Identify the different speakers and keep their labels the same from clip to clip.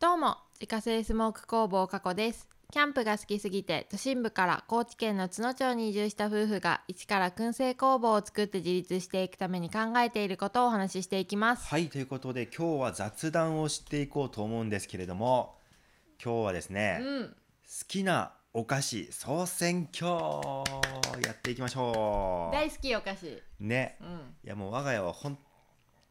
Speaker 1: どうも自家製スモーク工房加古ですキャンプが好きすぎて都心部から高知県の津野町に移住した夫婦が一から燻製工房を作って自立していくために考えていることをお話ししていきます
Speaker 2: はい、ということで今日は雑談をしていこうと思うんですけれども今日はですね、
Speaker 1: う
Speaker 2: 好
Speaker 1: ん
Speaker 2: きなお菓子総選挙やっていきましょ
Speaker 1: 大好きお菓子
Speaker 2: うね
Speaker 1: うん
Speaker 2: いやもう我が家は本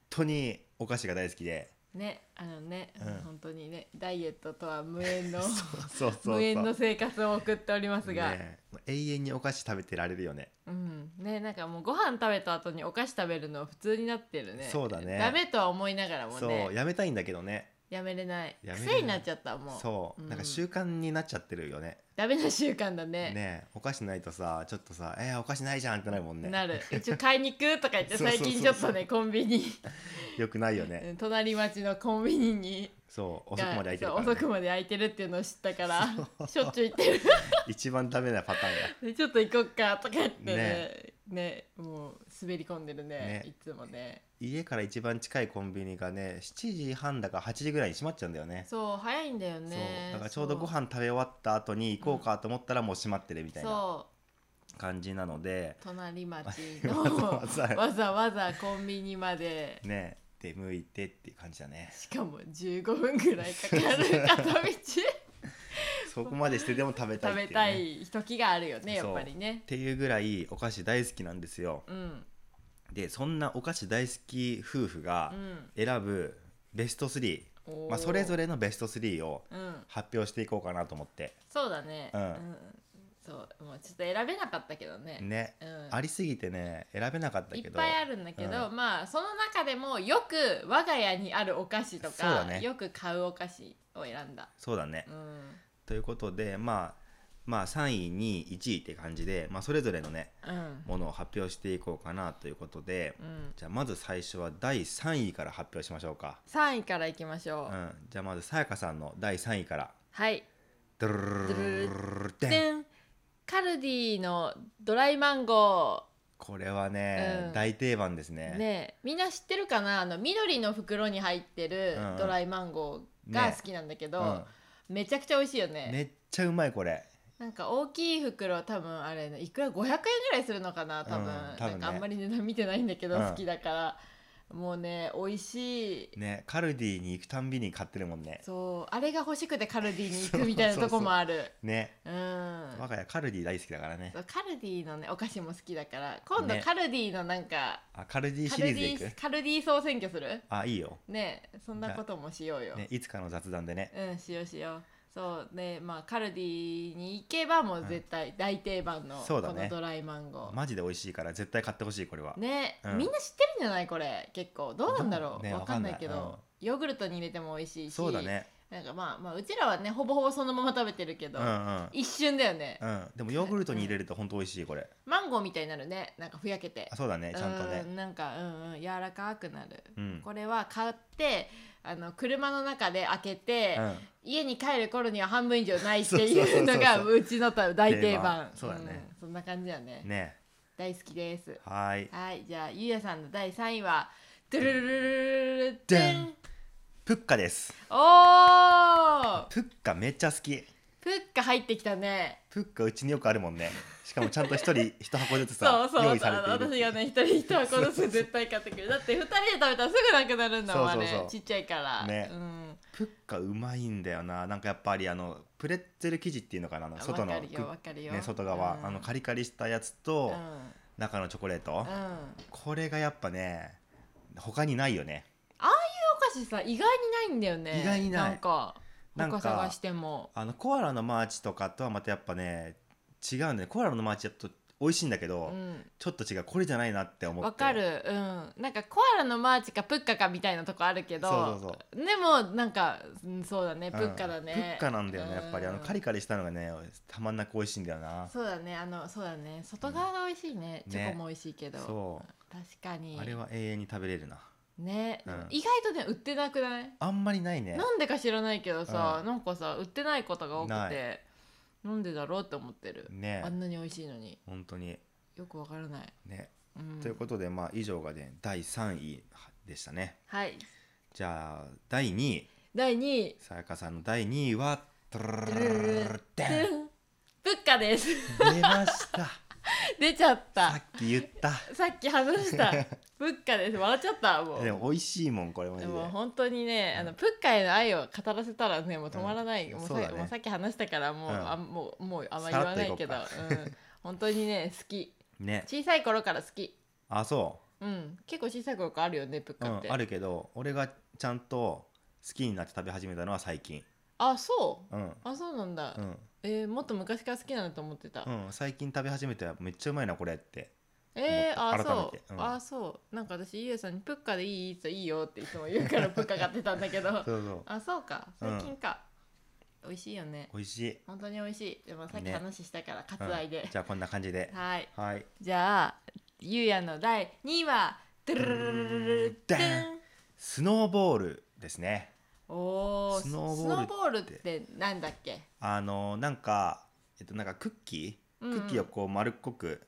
Speaker 2: 当にお菓子が大好きで
Speaker 1: ねあのね、
Speaker 2: うん
Speaker 1: 本当にねダイエットとは無縁の
Speaker 2: そうそうそう
Speaker 1: 無縁の生活を送っておりますが、
Speaker 2: ね、永遠にお菓子食べてられるよね
Speaker 1: うんねなんかもうご飯食べた後にお菓子食べるの普通になってるね
Speaker 2: そうだね
Speaker 1: ダメとは思いながらもね
Speaker 2: そうやめたいんだけどね
Speaker 1: やめれない
Speaker 2: やめれない
Speaker 1: 癖になっちゃったもう
Speaker 2: そう、
Speaker 1: うん
Speaker 2: なんか習慣になっちゃってるよね
Speaker 1: ダメな習慣だね
Speaker 2: ねお菓子ないとさちょっとさ「えー、お菓子ないじゃん」ってなるもんね
Speaker 1: なるうち買いに行くとか言って
Speaker 2: そうそ
Speaker 1: 最
Speaker 2: うそう
Speaker 1: 近ちょっとねコンビニ
Speaker 2: よくないよね、
Speaker 1: うん隣町のコンビニに
Speaker 2: そう遅くまで空いてる
Speaker 1: が
Speaker 2: か
Speaker 1: そう
Speaker 2: ら、
Speaker 1: 遅く
Speaker 2: ね、
Speaker 1: まで空いてるっていうのを知った からしょっちゅう行ってる
Speaker 2: 一番ダメなパターンが
Speaker 1: でちょっと行こっかとか言ってね
Speaker 2: ね
Speaker 1: ねもう滑り込んでるね
Speaker 2: ね
Speaker 1: いつもね
Speaker 2: 家から一番近いコンビニがね7時半だか8時ぐらいに閉まっちゃうんだよね
Speaker 1: そう早いんだよね
Speaker 2: そうだからちょうどご飯食べ終わった後に行こうかと思ったらもう閉まってるみたいな
Speaker 1: そう
Speaker 2: 感じなので
Speaker 1: 隣町の
Speaker 2: わざ わざ
Speaker 1: わざわざコンビニまで
Speaker 2: ね出向いてっていう感じだね
Speaker 1: しかも15分ぐらいかかる 片道
Speaker 2: そこまでしてでも食べたい
Speaker 1: 食
Speaker 2: っていう、ね
Speaker 1: べ、たい時があるよねや
Speaker 2: そう
Speaker 1: っぱりね
Speaker 2: っていうぐらいお菓子大好きなんですよ
Speaker 1: うん
Speaker 2: でそんなお菓子大好き夫婦が
Speaker 1: うん
Speaker 2: 選ぶベスト3、
Speaker 1: おー
Speaker 2: まあ、それぞれのベスト3を
Speaker 1: うん
Speaker 2: 発表していこうかなと思って
Speaker 1: そうだね
Speaker 2: うん
Speaker 1: そうもうちょっと選べなかったけどね
Speaker 2: ね
Speaker 1: うん
Speaker 2: ありすぎてね選べなかった
Speaker 1: い
Speaker 2: け
Speaker 1: っ
Speaker 2: ど
Speaker 1: ぱいあるんだけど、まあその中でもよく我が家にあるお菓子と
Speaker 2: そう
Speaker 1: か、
Speaker 2: だね
Speaker 1: よく買うお菓子を選んだ
Speaker 2: そうだね
Speaker 1: うん
Speaker 2: ということで、まあ、まあ3位2位1位って感じで、まあ、それぞれのね
Speaker 1: うん
Speaker 2: ものを発表していこうかなということで
Speaker 1: うん
Speaker 2: じゃあまず最初は第3位から発表しましょうか、
Speaker 1: 3位からいきましょ
Speaker 2: う
Speaker 1: う、
Speaker 2: ん、じゃあまずさやかさんの第3位から
Speaker 1: はい
Speaker 2: ドゥルルルルルルン
Speaker 1: でんカルディのドライマンゴ
Speaker 2: これはね、
Speaker 1: うん
Speaker 2: 大定番です
Speaker 1: ー
Speaker 2: ね
Speaker 1: ねえみんな知ってるかなあの緑の袋に入ってる
Speaker 2: うんうん
Speaker 1: ドライマンゴーが好きなんだけ
Speaker 2: う
Speaker 1: ど、
Speaker 2: ん、
Speaker 1: めちゃくちゃ美味しいよね
Speaker 2: めっちゃうまいこれ
Speaker 1: なんか大きい袋多分あれねいくら500円ぐらいするのかな多分,、
Speaker 2: うん多分ね
Speaker 1: なんかあんまり値段見てないんだけど、
Speaker 2: うん
Speaker 1: 好きだからもうね美味しい
Speaker 2: ねカルディに行くたんびに買ってるもんね
Speaker 1: そうあれが欲しくてカル ディに行くみたいなとこもある
Speaker 2: ね
Speaker 1: うん
Speaker 2: 我が家カルディ大好きだからね
Speaker 1: そうカルディのねお菓子も好きだから今度
Speaker 2: ね
Speaker 1: カルディのなんか、
Speaker 2: あカルディ
Speaker 1: カ
Speaker 2: シ
Speaker 1: ル
Speaker 2: リ
Speaker 1: デ
Speaker 2: ーズでい
Speaker 1: ィ
Speaker 2: く
Speaker 1: カルディ総選挙する
Speaker 2: あいいよ、
Speaker 1: ねそんなこともしようよ、
Speaker 2: ね、いつかの雑談でね
Speaker 1: うんしようしようそうねまあカルディに行けばもう絶対大定番のこ
Speaker 2: そうだね
Speaker 1: のドライマンゴー、
Speaker 2: マジで美味しいから絶対買ってほしいこれは
Speaker 1: ね、
Speaker 2: うん
Speaker 1: みんな知ってるんじゃないこれ結構どうなんだろう、
Speaker 2: ね
Speaker 1: わかんないけど
Speaker 2: わかんない
Speaker 1: ヨーグルトに入れても美味しいし
Speaker 2: そうだね
Speaker 1: なんかまあまあうちらはねほぼほぼそのまま食べてるけ
Speaker 2: う
Speaker 1: ど、
Speaker 2: んうん
Speaker 1: 一瞬だよね、
Speaker 2: うん、でもヨーグルトに入れると本当美味しいこれ、
Speaker 1: マンゴーみたいになるねなんかふやけて
Speaker 2: あそうだねちゃんとね
Speaker 1: うんなんかうんうん柔らかくなる、
Speaker 2: うん
Speaker 1: これは買ってあの車の中で開けて、
Speaker 2: うん
Speaker 1: 家に帰る頃には半分以上ないっていうの
Speaker 2: そ
Speaker 1: が
Speaker 2: うそうそう
Speaker 1: うちの大定
Speaker 2: 定
Speaker 1: 番
Speaker 2: 番そうだね
Speaker 1: んそんな感じだね
Speaker 2: ね
Speaker 1: 大好きです
Speaker 2: はーい
Speaker 1: はい、じゃあゆうやさんの第三位は。ドゥルルルルルル
Speaker 2: じゃ
Speaker 1: ル
Speaker 2: ん
Speaker 1: ン
Speaker 2: プッカです
Speaker 1: おー
Speaker 2: プッカめっちゃ好き
Speaker 1: プッカ入ってきたね。
Speaker 2: プッカうちによくあるもんねしかもちゃんと一 人一箱ずつ
Speaker 1: そ
Speaker 2: さ
Speaker 1: うそう、
Speaker 2: 用
Speaker 1: あ
Speaker 2: 意さ
Speaker 1: の
Speaker 2: れて
Speaker 1: 私
Speaker 2: いる
Speaker 1: がね、一人一箱ずつ絶対買ってくる。だって二人で食べたらすぐなくなるんだもん、あ
Speaker 2: そうそうそう
Speaker 1: れ。ちっちゃいから。
Speaker 2: ね
Speaker 1: うん。
Speaker 2: プッカうまいんだよななんかやっぱりあのプレッツェル生地っていうのかなあの
Speaker 1: あ
Speaker 2: 外
Speaker 1: わ
Speaker 2: の
Speaker 1: かる
Speaker 2: く
Speaker 1: よ、わかるよ。
Speaker 2: ね、外側、
Speaker 1: うん
Speaker 2: あのカリカリしたやつ
Speaker 1: う
Speaker 2: と、
Speaker 1: ん。
Speaker 2: 中のチョコレート、
Speaker 1: うん。
Speaker 2: これがやっぱね他にないよね
Speaker 1: お菓子さ、意外にないんだよね。
Speaker 2: 意外にない
Speaker 1: なんか。
Speaker 2: なんか
Speaker 1: 他探しても。
Speaker 2: あのコアラのマーチとかとはまたやっぱね違うんだよコアラのマーチだと美味しいんだけど、
Speaker 1: うん。
Speaker 2: ちょっと違うこれじゃないなって思って
Speaker 1: わかるうんなんかコアラのマーチかプッカかみたいなとこあるけど
Speaker 2: そうそう
Speaker 1: でもなんかうんそうだね
Speaker 2: うん
Speaker 1: プッカだね、
Speaker 2: プッカなんだよねやっぱりあのカリ
Speaker 1: カ
Speaker 2: カリしたのがねたまんなく美味しいんだよな
Speaker 1: そうだねあのそうだね外側が美味しいね、
Speaker 2: うん
Speaker 1: チョコ
Speaker 2: ね
Speaker 1: も美味しいけど、
Speaker 2: そ
Speaker 1: 確かに
Speaker 2: うあれは永遠に食べれるな
Speaker 1: ね、
Speaker 2: うん
Speaker 1: 意外とね売ってなくない、
Speaker 2: あんまりないね
Speaker 1: なんでか知らないけどさ、
Speaker 2: う
Speaker 1: なんかさ売ってないことが多く
Speaker 2: な
Speaker 1: てなんでだろうって思ってる、
Speaker 2: ね
Speaker 1: あんなに美味しいのに
Speaker 2: 本当に
Speaker 1: よくわからない、
Speaker 2: ね、
Speaker 1: うん、
Speaker 2: ということでまあ以上がね第3位でしたね
Speaker 1: はい
Speaker 2: じゃあ第2位
Speaker 1: 第2位
Speaker 2: さやかさんの第2位はトゥルルルルルルルデン
Speaker 1: 物価です
Speaker 2: 出ました
Speaker 1: 出ちゃっ
Speaker 2: さ
Speaker 1: た
Speaker 2: っき言った
Speaker 1: さっき話 した物価です笑っちゃったもう
Speaker 2: でも美味しいもんこれマジ
Speaker 1: で
Speaker 2: で
Speaker 1: も本当にね、
Speaker 2: うん
Speaker 1: あのプッカへの愛を語らせたらねもう止まらない、
Speaker 2: うん
Speaker 1: もうさ
Speaker 2: そうだね
Speaker 1: もうさっき話したからもう,、
Speaker 2: うん
Speaker 1: あもうもうあんまり言わないけどう、
Speaker 2: さらっ
Speaker 1: ん、本当にね好き
Speaker 2: ね
Speaker 1: 小さい頃から好き
Speaker 2: あそ
Speaker 1: うん結構小さい頃からあるよねプッ
Speaker 2: う、う
Speaker 1: カって、
Speaker 2: ん、あるけど俺がちゃんと好きになって食べ始めたのは最近
Speaker 1: あそう
Speaker 2: うん
Speaker 1: あそうなんだ、
Speaker 2: うん、
Speaker 1: えーもっと昔から好きなんだと思ってた、
Speaker 2: うん、最近食べ始めてめっちゃうまいなこれって
Speaker 1: えー、
Speaker 2: 思っ
Speaker 1: あ
Speaker 2: た改
Speaker 1: そ
Speaker 2: めて
Speaker 1: う、
Speaker 2: うん
Speaker 1: あそうなんか私ゆうさんに「プッカでいい?」って言ったら「いいよ」っていつも言う からプッカ買ってたんだけど
Speaker 2: そうそう
Speaker 1: あそうか
Speaker 2: うん
Speaker 1: 最近か、美味しいよね
Speaker 2: 美味しい
Speaker 1: 本当に美味しいでもさっき
Speaker 2: ね
Speaker 1: 話したから
Speaker 2: うん
Speaker 1: 割愛で、
Speaker 2: じゃあこんな感じで
Speaker 1: はい
Speaker 2: はい
Speaker 1: じゃあゆうやの第2位はドゥルルルルルル
Speaker 2: ダ
Speaker 1: ル
Speaker 2: ー
Speaker 1: ン
Speaker 2: スノーボールですね
Speaker 1: おー
Speaker 2: ス
Speaker 1: スノ
Speaker 2: ノー
Speaker 1: ー
Speaker 2: ボ
Speaker 1: ボ
Speaker 2: ー
Speaker 1: ー
Speaker 2: ル
Speaker 1: ル
Speaker 2: っ
Speaker 1: っててなんだっけ
Speaker 2: あのなんかえっとなんかクッキー、
Speaker 1: うんうん
Speaker 2: クッキーをこう丸っこく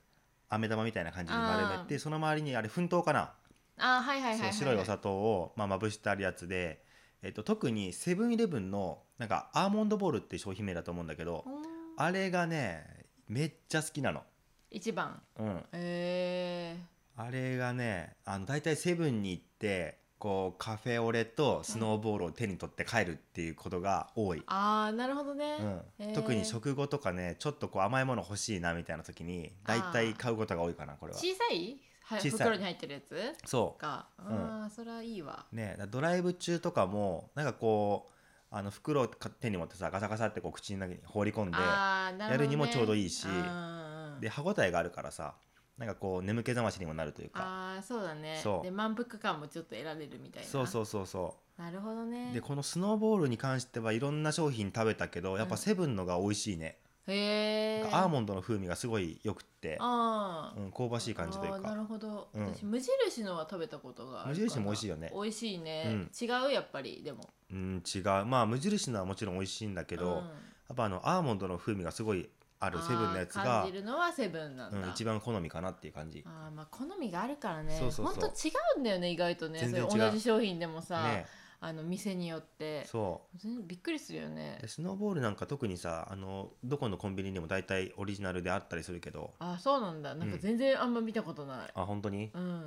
Speaker 2: 飴玉みたいな感じに丸めてその周りにあれ粉糖かな、
Speaker 1: あーはいはいはいはい、はい、
Speaker 2: そう白いお砂糖を、まあ、まぶしてあるやつで、えっと、特にセブンイレブンのなんかアーモンドボールって商品名だと思うんだけど、
Speaker 1: うん
Speaker 2: あれがねめっちゃ好きなの、
Speaker 1: 一番
Speaker 2: うん、
Speaker 1: え
Speaker 2: あれがねあの大体セブンに行ってこうカフェオレとスノーボールを手に取って帰るっていうことが多い
Speaker 1: ー、、あーなるほどね、
Speaker 2: うん
Speaker 1: へー
Speaker 2: 特に食後とかねちょっとこう甘いもの欲しいなみたいな時に大体買うことが多いかなこれは
Speaker 1: 小さいは
Speaker 2: 小さい
Speaker 1: 袋に入ってるやつ
Speaker 2: そ
Speaker 1: かあー、それはいいわ
Speaker 2: うねだからドライブ中とかもなんかこうあの袋をか手に持ってさガサガサってこう口の中に放り込んで
Speaker 1: あーなるほど、ね、
Speaker 2: やるにもちょうどいいし
Speaker 1: あー
Speaker 2: で歯ごたえがあるからさなんかこう眠気覚ましにもなるというか
Speaker 1: あーそうだね
Speaker 2: そう
Speaker 1: で満腹感もちょっと得られるみたいな
Speaker 2: そうそううそうそう
Speaker 1: なるほどね
Speaker 2: でこのスノーボールに関してはいろんな商品食べたけどやっぱ
Speaker 1: うん
Speaker 2: セブンのが美味しいね、
Speaker 1: へえ
Speaker 2: なんかアーモンドの風味がすごいよくって、
Speaker 1: ああ、
Speaker 2: うん、香ばしい感じとい
Speaker 1: あ
Speaker 2: う
Speaker 1: ーな
Speaker 2: か
Speaker 1: るほど、
Speaker 2: うん
Speaker 1: 私無印のは食べたことがある
Speaker 2: 無印も美味しいよね
Speaker 1: 美味しいね、違うやっぱりでも
Speaker 2: うん違うまあ無印のはもちろん美味しいんだけど、
Speaker 1: うん
Speaker 2: やっぱあのアーモンドの風味がすごいあるセブンのやつ
Speaker 1: あー
Speaker 2: が
Speaker 1: 感じ、るのはセブンなんだ、
Speaker 2: うん、一番好みかなっていう感じ、
Speaker 1: あーまあ好みがあるからね
Speaker 2: そうそうそ
Speaker 1: ほ
Speaker 2: う
Speaker 1: んと違うんだよね意外とね
Speaker 2: 全然違う
Speaker 1: それ同じ商品でもさ、
Speaker 2: ね
Speaker 1: あの店によって
Speaker 2: そ
Speaker 1: 全然びっくりするよね
Speaker 2: うでスノーボールなんか特にさあのどこのコンビニにも大体オリジナルであったりするけど
Speaker 1: あそうなんだなんか全然あんま見たことない
Speaker 2: あ本当に
Speaker 1: うん、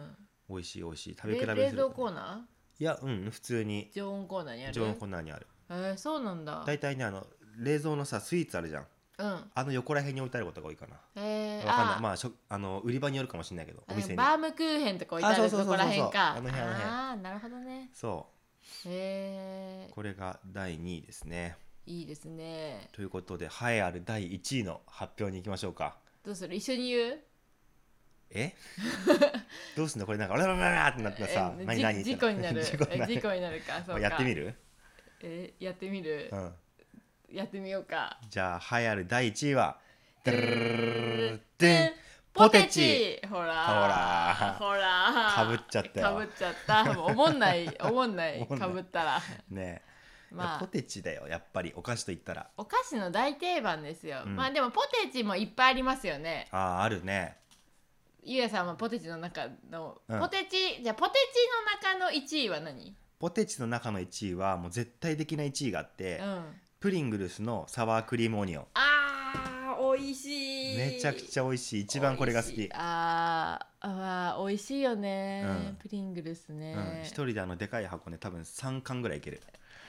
Speaker 2: 美味しい美味しい食べ
Speaker 1: れ
Speaker 2: 比べする
Speaker 1: 冷蔵コーナ
Speaker 2: いやうん普通
Speaker 1: ー
Speaker 2: に
Speaker 1: 常温コーナーにある
Speaker 2: 常温コーナーにある
Speaker 1: えー、そうなんだ
Speaker 2: 大体ねあの冷蔵のさスイーツあるじゃん
Speaker 1: うん
Speaker 2: あの横ら辺に置いてあることが多いかな。
Speaker 1: えー、
Speaker 2: わかん
Speaker 1: あ
Speaker 2: ない。まあ、しょあの売り場によるかもしれないけど、お
Speaker 1: あ
Speaker 2: 店
Speaker 1: の
Speaker 2: に。
Speaker 1: バームクーヘンとか置いてあ
Speaker 2: あ
Speaker 1: る
Speaker 2: そう
Speaker 1: と
Speaker 2: そうそう
Speaker 1: こ
Speaker 2: そう
Speaker 1: らへんか
Speaker 2: あの辺あの辺
Speaker 1: あーなるほどね
Speaker 2: そ
Speaker 1: へえ
Speaker 2: う、これが第2位ですね。
Speaker 1: いいですね
Speaker 2: ということで、栄えある第1位の発表に行きましょうか。
Speaker 1: どうする一緒に言う
Speaker 2: えどうすんのこれなんか、あららららってなってさ、
Speaker 1: えー
Speaker 2: 何何
Speaker 1: じ事故にな る
Speaker 2: 事故に
Speaker 1: え
Speaker 2: な
Speaker 1: 事
Speaker 2: る。
Speaker 1: 故になるかそうか
Speaker 2: やってみ
Speaker 1: る、
Speaker 2: る
Speaker 1: えーやってみる
Speaker 2: う、ん。
Speaker 1: やってみようか
Speaker 2: じゃあ、栄えある第1位は、
Speaker 1: ド
Speaker 2: で
Speaker 1: ゥルルルルルル
Speaker 2: んポテチ
Speaker 1: ほら
Speaker 2: ほら
Speaker 1: ほら
Speaker 2: かぶっちゃったよ
Speaker 1: かぶっちゃったもうおもん ないおもんない
Speaker 2: おもんな
Speaker 1: か
Speaker 2: い
Speaker 1: ぶったら
Speaker 2: ねえ、いや
Speaker 1: ま
Speaker 2: ポ
Speaker 1: あ
Speaker 2: テチだよ、やっぱり、お菓子と言ったら。
Speaker 1: お菓子の大定番ですよ、
Speaker 2: うん
Speaker 1: まあでもポテチもいっぱいありますよね
Speaker 2: ああ、あるね。
Speaker 1: ゆうやさんはポテチの中の、
Speaker 2: うん
Speaker 1: ポテチじゃあポテチの中の1位は何
Speaker 2: ポテチの中の1位は、もう絶対的な1位があって、
Speaker 1: うん
Speaker 2: プリングルスのサワークリームオニオン。
Speaker 1: あー美味しい
Speaker 2: めちゃくち
Speaker 1: ゃ
Speaker 2: ゃ美味しい一番これが好き
Speaker 1: あーあー美味しいよね、
Speaker 2: うん
Speaker 1: プリングルス
Speaker 2: う
Speaker 1: ね、
Speaker 2: ん、一人であのでかい箱ね多分3巻ぐらいいける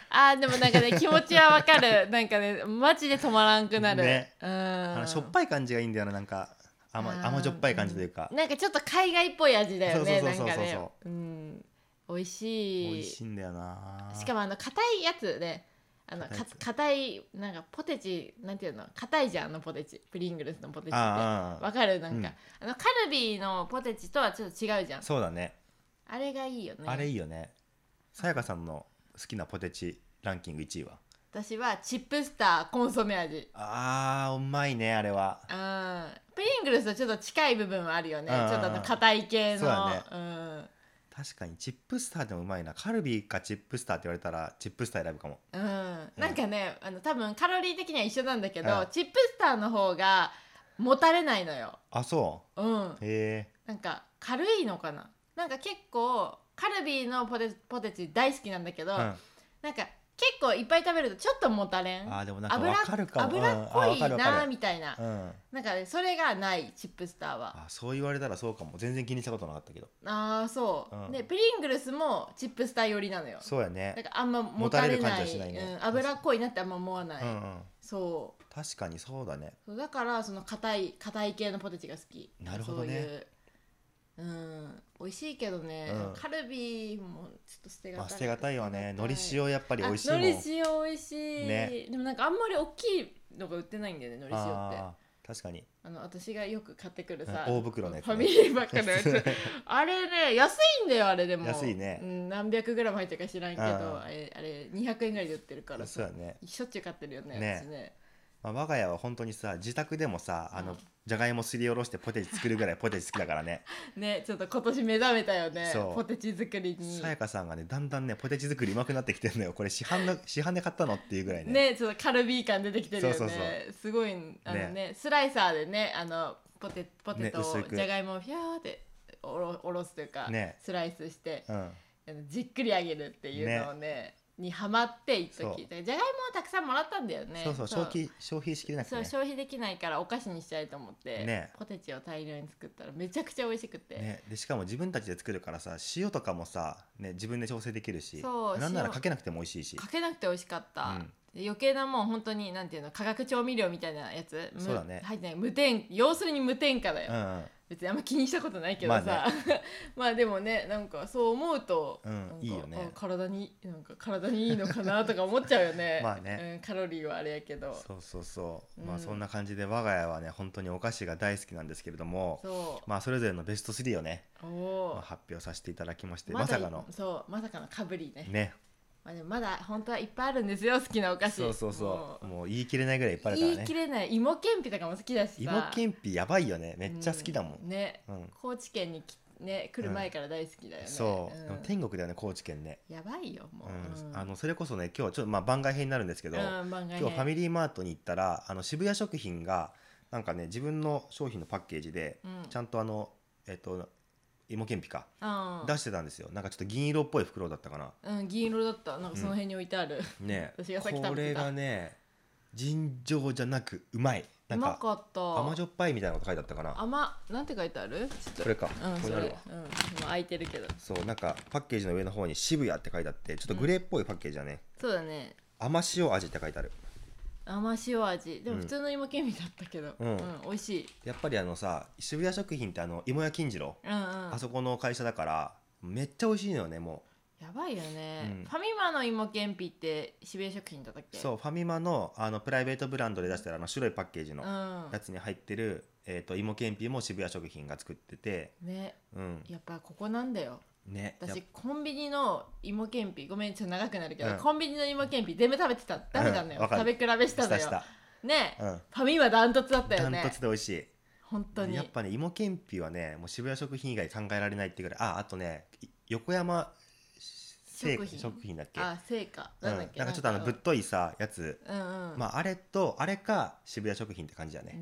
Speaker 1: あーでもなんかね気持ちはわか るなんかねマジで止まらんくなる、
Speaker 2: ね
Speaker 1: うん
Speaker 2: あ
Speaker 1: あ
Speaker 2: のしょっぱい感じがいいんだよななんか甘
Speaker 1: ー
Speaker 2: 甘じょっぱい感じというか
Speaker 1: んなんかちょっと海外っぽい味だよね
Speaker 2: そう
Speaker 1: な
Speaker 2: そ
Speaker 1: ん
Speaker 2: うそうそうそう
Speaker 1: かねうん美味しい
Speaker 2: 美味しいんだよな
Speaker 1: しかもあの硬いやつねあの
Speaker 2: 硬い
Speaker 1: か
Speaker 2: やつ
Speaker 1: 硬いなんかポテチなんていうの硬いじゃんあのポテチプリングルスのポテチってわ
Speaker 2: あーあー
Speaker 1: かるなんか、
Speaker 2: うん
Speaker 1: あのカルビーのポテチとはちょっと違うじゃん
Speaker 2: そうだね
Speaker 1: あれがいいよね
Speaker 2: あれいいよねさやかさんの好きなポテチランキング1位は
Speaker 1: 私はチップスターコンソメ味
Speaker 2: あーうまいねあれは
Speaker 1: あープリングルスとちょっと近い部分はあるよね
Speaker 2: うんうんうん
Speaker 1: ちょっとあの硬い系の
Speaker 2: そうだね
Speaker 1: うん
Speaker 2: 確かにチップスターでもうまいなカルビーかチップスターって言われたらチップスター選ぶかも
Speaker 1: うん、なんかねあの多分カロリー的には一緒なんだけど、
Speaker 2: うん
Speaker 1: チップスターの方がもたれないのよ
Speaker 2: あそ
Speaker 1: うん
Speaker 2: うへえ
Speaker 1: なんか軽いのかななんか結構カルビーのポテポテチ大好きなんだけど、
Speaker 2: うん
Speaker 1: なんか結構いっぱい食べるとちょっともたれん
Speaker 2: あーでもなんかわかるかも
Speaker 1: 脂っこいなー
Speaker 2: み
Speaker 1: みたいな、
Speaker 2: たいな
Speaker 1: なんかねそれがないチップスターは
Speaker 2: あそう言われたらそうかも全然気にしたことなかったけど
Speaker 1: ああそう、
Speaker 2: うん
Speaker 1: でプリングルスもチップスター寄りなのよ
Speaker 2: そうやね
Speaker 1: だからあんまもたれ
Speaker 2: もたれ
Speaker 1: な
Speaker 2: る感じ
Speaker 1: い
Speaker 2: はしないね
Speaker 1: うん、脂っこいなってあんま思わない、
Speaker 2: うんうん
Speaker 1: そう
Speaker 2: 確かにそうだね
Speaker 1: そうだからその硬い硬い系のポテチが好き
Speaker 2: なるほどね
Speaker 1: そういううん美味しいけどね、
Speaker 2: うん
Speaker 1: カルビもちょっと捨てが
Speaker 2: ま
Speaker 1: たい、
Speaker 2: あ捨てがたいわねのり
Speaker 1: やっ
Speaker 2: 塩やっぱり美味しいもん
Speaker 1: のり塩美味しい、
Speaker 2: ね
Speaker 1: でもなんかあんまり大きいのが売ってないんだよねのり塩ってあ
Speaker 2: あー確かに
Speaker 1: の私がよく買ってくるさ、
Speaker 2: うん大袋のやつね
Speaker 1: ファミリーバッグのや つあれね安いんだよあれでも
Speaker 2: 安いね
Speaker 1: うん、何百グラム入ってるか知らんけど
Speaker 2: うん
Speaker 1: あれあれ200円ぐらいで売ってるから
Speaker 2: そう
Speaker 1: さ
Speaker 2: やね、
Speaker 1: しょっちゅう買ってるよね
Speaker 2: ね
Speaker 1: 私ね
Speaker 2: まあ、我が家は本当にさ自宅でもさあの、
Speaker 1: うん
Speaker 2: じゃがいもすりおろしてポテチ作るぐらいポテチ好きだからね
Speaker 1: ねちょっと今年目覚めたよね
Speaker 2: そう
Speaker 1: ポテチ作りに
Speaker 2: さやかさんがねだんだんねポテチ作りうまくなってきてるのよこれ市販の市販で買ったのっていうぐらいね
Speaker 1: ねちょっとカルビー感出てきてるよね
Speaker 2: そうそうそ
Speaker 1: すごいあのねスライサーでねあのポテポテトを、
Speaker 2: ね薄く
Speaker 1: じゃがいもをひゃーっておろおろすというか、
Speaker 2: ね
Speaker 1: スライスして
Speaker 2: うん
Speaker 1: あのじっくり揚げるっていうのをねにハマって一時
Speaker 2: そう
Speaker 1: だからじゃがいもをたくさんもらったんだよね
Speaker 2: そうそう消費消費しきれなくて
Speaker 1: そう
Speaker 2: ね
Speaker 1: 消費できないからお菓子にしたいと思って、
Speaker 2: ね
Speaker 1: ポテチを大量に作ったらめちゃくちゃ美味しくて、
Speaker 2: ね、でしかも自分たちで作るからさ塩とかもさ、ね、自分で調整できるし
Speaker 1: そう
Speaker 2: なんなら
Speaker 1: 塩
Speaker 2: かけなくても美味しいし
Speaker 1: かけなくて美味しかった、
Speaker 2: うん
Speaker 1: で余計なもん本当になんていうの化学調味料みたいなやつむ
Speaker 2: そうだね
Speaker 1: 入ってない無添要するに無添加だよ、
Speaker 2: うんうん
Speaker 1: 別にあんま気にしたことないけどさ、 ま
Speaker 2: ま
Speaker 1: あでもねなんかそう思うと、
Speaker 2: うん
Speaker 1: なんか
Speaker 2: いいよね
Speaker 1: あ体になんか体にいいのかなとか思っちゃうよね
Speaker 2: まあ
Speaker 1: うん、
Speaker 2: ね、
Speaker 1: カロリーはあれやけどそ
Speaker 2: そうそうそう、ま
Speaker 1: う
Speaker 2: あ
Speaker 1: ん
Speaker 2: そんな感じで我が家はね本当にお菓子が大好きなんですけれども
Speaker 1: う
Speaker 2: まあそれぞれのベスト3をね、
Speaker 1: お
Speaker 2: まあ
Speaker 1: お
Speaker 2: 発表させていただきましてまさかの
Speaker 1: そうまさかのかぶりね
Speaker 2: ね
Speaker 1: まあ、でもまだ本当はいっぱいあるんですよ好きなお菓子
Speaker 2: そうそうそうもう言い切れないぐらいいっぱ
Speaker 1: も
Speaker 2: いうあるから
Speaker 1: 言い切
Speaker 2: ね
Speaker 1: れない芋けんぴとかも好きだしさ
Speaker 2: 芋けんぴやばいよねめっちゃ好きだもん、
Speaker 1: うね
Speaker 2: うん
Speaker 1: 高知県にきね来る前から大好きだよね、
Speaker 2: そう、
Speaker 1: ん
Speaker 2: でも天国だよね高知県ね、
Speaker 1: やばいよもう、
Speaker 2: う
Speaker 1: う
Speaker 2: ん
Speaker 1: ん
Speaker 2: あのそれこそね今日ちょっとまあ番外編になるんですけど、
Speaker 1: うん番外編
Speaker 2: 今日ファミリーマートに行ったらあの渋谷食品がなんかね自分の商品のパッケージで
Speaker 1: うん
Speaker 2: ちゃんとあの、えっと芋けんぴか
Speaker 1: うん
Speaker 2: 出してたんですよなんかちょっと銀色っぽい袋だったかな
Speaker 1: うん、銀色だったなんかその辺に置いてある、
Speaker 2: ね
Speaker 1: 私がさっき食べてた
Speaker 2: これがね尋常じゃなくうまいなん
Speaker 1: うま
Speaker 2: か
Speaker 1: かった
Speaker 2: 甘じょっぱいみたいなこと書いてあったかな
Speaker 1: 甘なんて書いてあるちょっと
Speaker 2: これか、
Speaker 1: うん
Speaker 2: こ
Speaker 1: そ
Speaker 2: れ
Speaker 1: れ
Speaker 2: あ
Speaker 1: う
Speaker 2: る
Speaker 1: ん
Speaker 2: わ
Speaker 1: 今開いてるけど
Speaker 2: そうなんかパッケージの上の方に「渋谷」って書いてあってちょっとグレーっぽいパッケージだね、
Speaker 1: そうだね
Speaker 2: 甘塩味って書いてある
Speaker 1: 甘塩味でも
Speaker 2: うん
Speaker 1: 普通の芋けんぴだったけど、
Speaker 2: うん
Speaker 1: 美味しい
Speaker 2: やっぱりあのさ渋谷食品ってあの芋屋金次郎
Speaker 1: うんうん
Speaker 2: あそこの会社だからめっちゃ美味しいのよねも
Speaker 1: やばいよね、
Speaker 2: うん
Speaker 1: ファミマの芋けんぴって渋谷食品だったっ
Speaker 2: う
Speaker 1: け
Speaker 2: そうファミマのあのプライベートブランドで出してるあの白いパッケージの
Speaker 1: う
Speaker 2: やつに入ってる、えー、と芋けんぴも渋谷食品が作ってて
Speaker 1: んね
Speaker 2: うん
Speaker 1: やっぱここなんだよ
Speaker 2: ねやっ
Speaker 1: 私コンビニの芋けんぴごめんちょっと長くなるけど、
Speaker 2: うん
Speaker 1: コンビニの芋けんぴ全部食べてた食べたの
Speaker 2: うんわ
Speaker 1: よ、
Speaker 2: かる
Speaker 1: 食べ比べしたの
Speaker 2: した
Speaker 1: よ
Speaker 2: した
Speaker 1: ね、
Speaker 2: うん
Speaker 1: ファミマダントツだった
Speaker 2: ダ
Speaker 1: よ
Speaker 2: ント
Speaker 1: ね
Speaker 2: ツで美味しい
Speaker 1: 本当に
Speaker 2: やっぱね芋けんぴはねもう渋谷食品以外考えられないってぐらいああとねい横山製
Speaker 1: 食品
Speaker 2: 食品だっけ
Speaker 1: あ成果
Speaker 2: うん、
Speaker 1: なん
Speaker 2: な
Speaker 1: だ
Speaker 2: ん
Speaker 1: っけ、
Speaker 2: かちょっとあのぶっといさやつ、
Speaker 1: うんうん
Speaker 2: まああれとあれか渋谷食品って感じだね
Speaker 1: ね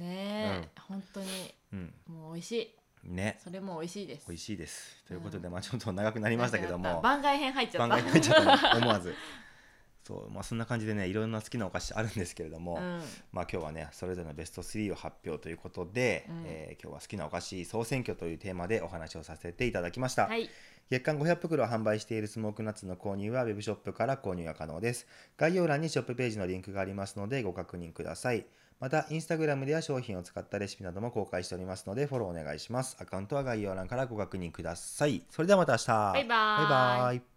Speaker 1: え、本当に
Speaker 2: うん
Speaker 1: もう美味しい
Speaker 2: ね
Speaker 1: それも美味しいです
Speaker 2: 美味
Speaker 1: し
Speaker 2: しいですということで、まあちょっと長くなり
Speaker 1: い
Speaker 2: ましたけども
Speaker 1: 番外編入っちゃ
Speaker 2: 番
Speaker 1: った
Speaker 2: 外になっちゃったね思わずそうまあそんな感じでねいろんな好きなお菓子あるんですけれども、
Speaker 1: うん
Speaker 2: まあ今日はねそれぞれのベスト3を発表ということで、
Speaker 1: うん
Speaker 2: えー今日は好きなお菓子総選挙というテーマでお話をさせていただきました、
Speaker 1: はい
Speaker 2: 月間500袋を販売しているスモークナッツの購入はウェブショップから購入が可能です概要欄にショップページのリンクがありますのでご確認くださいまたインスタグラムでは商品を使ったレシピなども公開しておりますのでフォローお願いしますアカウントは概要欄からご確認くださいそれではまた明日バ
Speaker 1: バイバーイ
Speaker 2: バイバイ